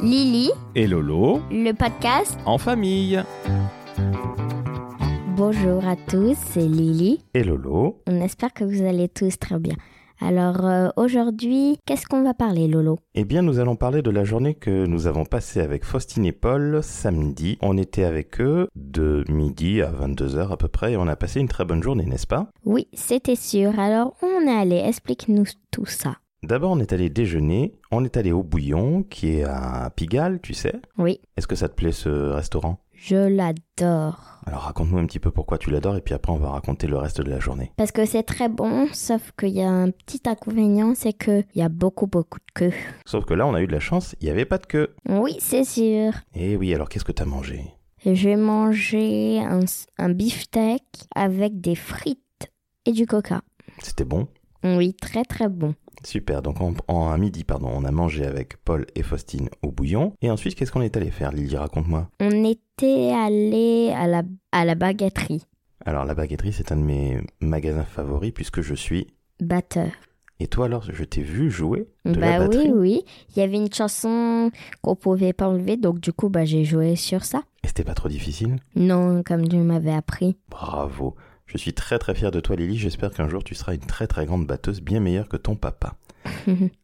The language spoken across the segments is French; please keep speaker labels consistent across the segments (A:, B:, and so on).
A: Lily,
B: et Lolo
A: le podcast.
B: en famille.
A: Bonjour à tous, c'est Lily.
B: Et Lolo
A: On espère que vous allez tous très bien. Alors euh, aujourd'hui, qu'est-ce qu'on va parler, Lolo
B: Eh bien, nous allons parler de la journée que nous avons passée avec Faustine et Paul samedi. On était avec eux de midi à 22h à peu près et on a passé une très bonne journée, n'est-ce pas
A: Oui, c'était sûr. Alors on est allé. Explique-nous tout ça.
B: D'abord, on est allé déjeuner, on est allé au Bouillon qui est à Pigalle, tu sais.
A: Oui,
B: Est-ce que ça te plaît ce restaurant
A: je l'adore.
B: Alors raconte-nous un petit peu pourquoi tu l'adores et puis après on va raconter le reste de la journée.
A: Parce que c'est très bon, sauf qu'il y a un petit inconvénient, c'est qu'il y a beaucoup, beaucoup de queue.
B: Sauf que là, on a eu de la chance, il n'y avait pas de queue.
A: Oui, c'est sûr.
B: Eh oui, alors qu'est-ce que t'as mangé
A: J'ai mangé un, un beefsteak avec des frites et du coca.
B: C'était bon
A: Oui, très très bon.
B: Super, donc en, en- à midi, pardon, on a mangé avec Paul et Faustine au bouillon. Et ensuite, qu'est-ce qu'on est allé faire, Lily Raconte-moi.
A: On était allé à la, à la baguetterie,
B: Alors, la baguetterie, c'est un de mes magasins favoris puisque je suis.
A: batteur.
B: Et toi, alors, je t'ai vu jouer de
A: Bah
B: la
A: oui,
B: batterie.
A: oui. Il y avait une chanson qu'on pouvait pas enlever, donc du coup, bah, j'ai joué sur ça.
B: Et c'était pas trop difficile
A: Non, comme tu m'avais appris.
B: Bravo. Je suis très très fier de toi, Lily. J'espère qu'un jour, tu seras une très très grande batteuse, bien meilleure que ton papa.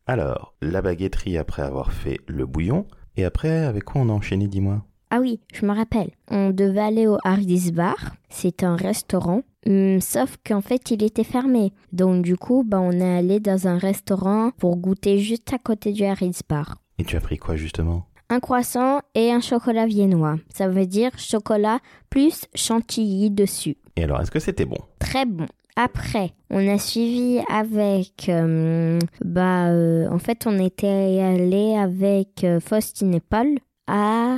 B: alors, la baguetterie après avoir fait le bouillon. Et après, avec quoi on a enchaîné, dis-moi
A: Ah oui, je me rappelle. On devait aller au Hardis Bar. C'est un restaurant. Hum, sauf qu'en fait, il était fermé. Donc du coup, bah, on est allé dans un restaurant pour goûter juste à côté du Hardis Bar.
B: Et tu as pris quoi, justement
A: un croissant et un chocolat viennois. Ça veut dire chocolat plus chantilly dessus.
B: Et alors, est-ce que c'était bon
A: Très bon. Après, on a suivi avec... euh, bah, euh, en fait, on était allé avec euh, Faustine et Paul à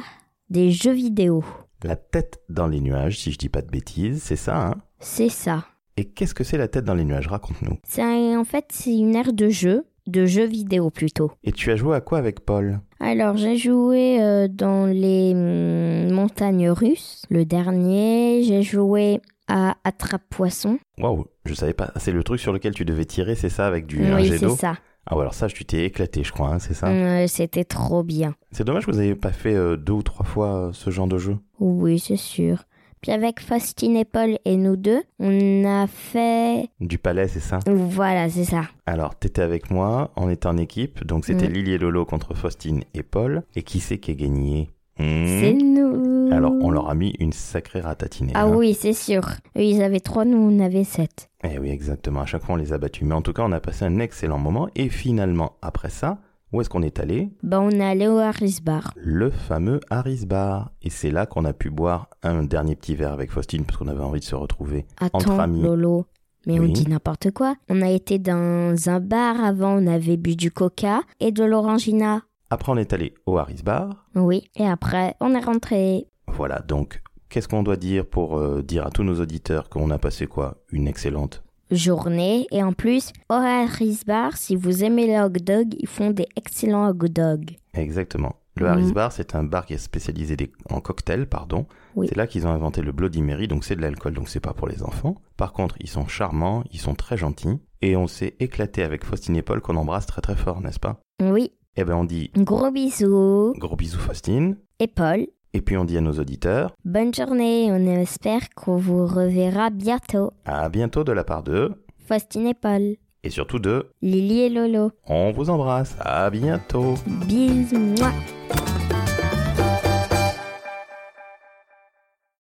A: des jeux vidéo.
B: La tête dans les nuages, si je dis pas de bêtises, c'est ça, hein
A: C'est ça.
B: Et qu'est-ce que c'est la tête dans les nuages Raconte-nous.
A: C'est un- en fait, c'est une aire de jeu, de jeux vidéo plutôt.
B: Et tu as joué à quoi avec Paul
A: Alors, j'ai joué euh, dans les hum, montagnes russes. Le dernier, j'ai joué à Attrape-Poisson.
B: Waouh, je savais pas. C'est le truc sur lequel tu devais tirer, c'est ça, avec du un
A: Oui,
B: jet
A: c'est
B: d'eau
A: ça. Euh.
B: Ah ouais, alors ça, tu t'es éclaté, je crois, hein, c'est ça
A: Ouais, C'était trop bien.
B: C'est dommage que vous n'ayez pas fait euh, deux ou trois fois euh, ce genre de jeu.
A: Oui, c'est sûr. Puis avec Faustine et Paul et nous deux, on a fait...
B: Du palais, c'est ça
A: Voilà, c'est ça.
B: Alors, t'étais avec moi, on était en équipe, donc c'était
A: Mm.
B: Lily et Lolo contre Faustine et Paul. Et qui c'est qui a gagné Hmm
A: C'est nous.
B: Alors, on leur a mis une sacrée ratatinée.
A: Ah
B: hein.
A: oui, c'est sûr. Eux, ils avaient trois, nous, on avait sept.
B: Eh oui, exactement. À chaque fois, on les a battus. Mais en tout cas, on a passé un excellent moment. Et finalement, après ça, où est-ce qu'on est allé
A: Bah, on est allé au Harris Bar.
B: Le fameux Harris Bar. Et c'est là qu'on a pu boire un dernier petit verre avec Faustine, parce qu'on avait envie de se retrouver. Entre
A: Attends,
B: amis.
A: Lolo. Mais on
B: Oui.
A: dit n'importe quoi. On a été dans un bar avant, on avait bu du coca et de l'orangina.
B: Après, on est allé au Harris Bar.
A: Oui. Et après, on est rentré.
B: Voilà, donc, qu'est-ce qu'on doit dire pour euh, dire à tous nos auditeurs qu'on a passé quoi Une excellente.
A: journée. Et en plus, au Harris Bar, si vous aimez les hot dogs, ils font des excellents hot dogs.
B: Exactement. Le
A: Mhm.
B: Harris Bar, c'est un bar qui est spécialisé des- en cocktails, pardon.
A: Oui.
B: C'est là qu'ils ont inventé le Bloody Mary, donc c'est de l'alcool, donc c'est pas pour les enfants. Par contre, ils sont charmants, ils sont très gentils, et on s'est éclaté avec Faustine et Paul qu'on embrasse très très fort, n'est-ce pas
A: Oui,
B: Eh ben on dit
A: gros bisous.
B: gros bisous Faustine,
A: Et Paul,
B: et puis on dit à nos auditeurs,
A: bonne journée. On espère qu'on vous reverra bientôt.
B: à bientôt de la part d'eux,
A: Faustine et Paul,
B: et surtout d'eux,
A: Lily et Lolo.
B: on vous embrasse, à bientôt
A: Bisous. mouah.